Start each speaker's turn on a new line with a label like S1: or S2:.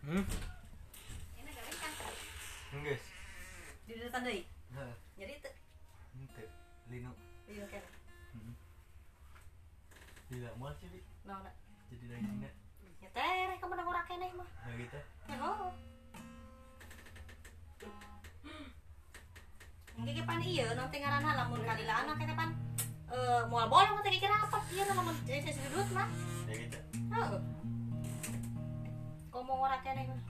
S1: Hmm?
S2: Ini garing kan?
S1: Guys.
S2: Di deretan deui.
S1: Heeh.
S2: Jadi teu
S1: Henteu. Lino.
S2: lieu kana.
S1: Heeh. Tidak mual sih, Bi.
S2: Naon da?
S1: jadi dagingnya
S2: Ya teh rek menang urang keneh mah.
S1: nah gitu.
S2: Ya ho. Engke pan ieu naon teh ngaranna lamun kalila anak eta pan eh moal bolong teh kira apa ieu na lamun jadi sesudut mah.
S1: Ya gitu.
S2: Heuh. Komo urang keneh mah.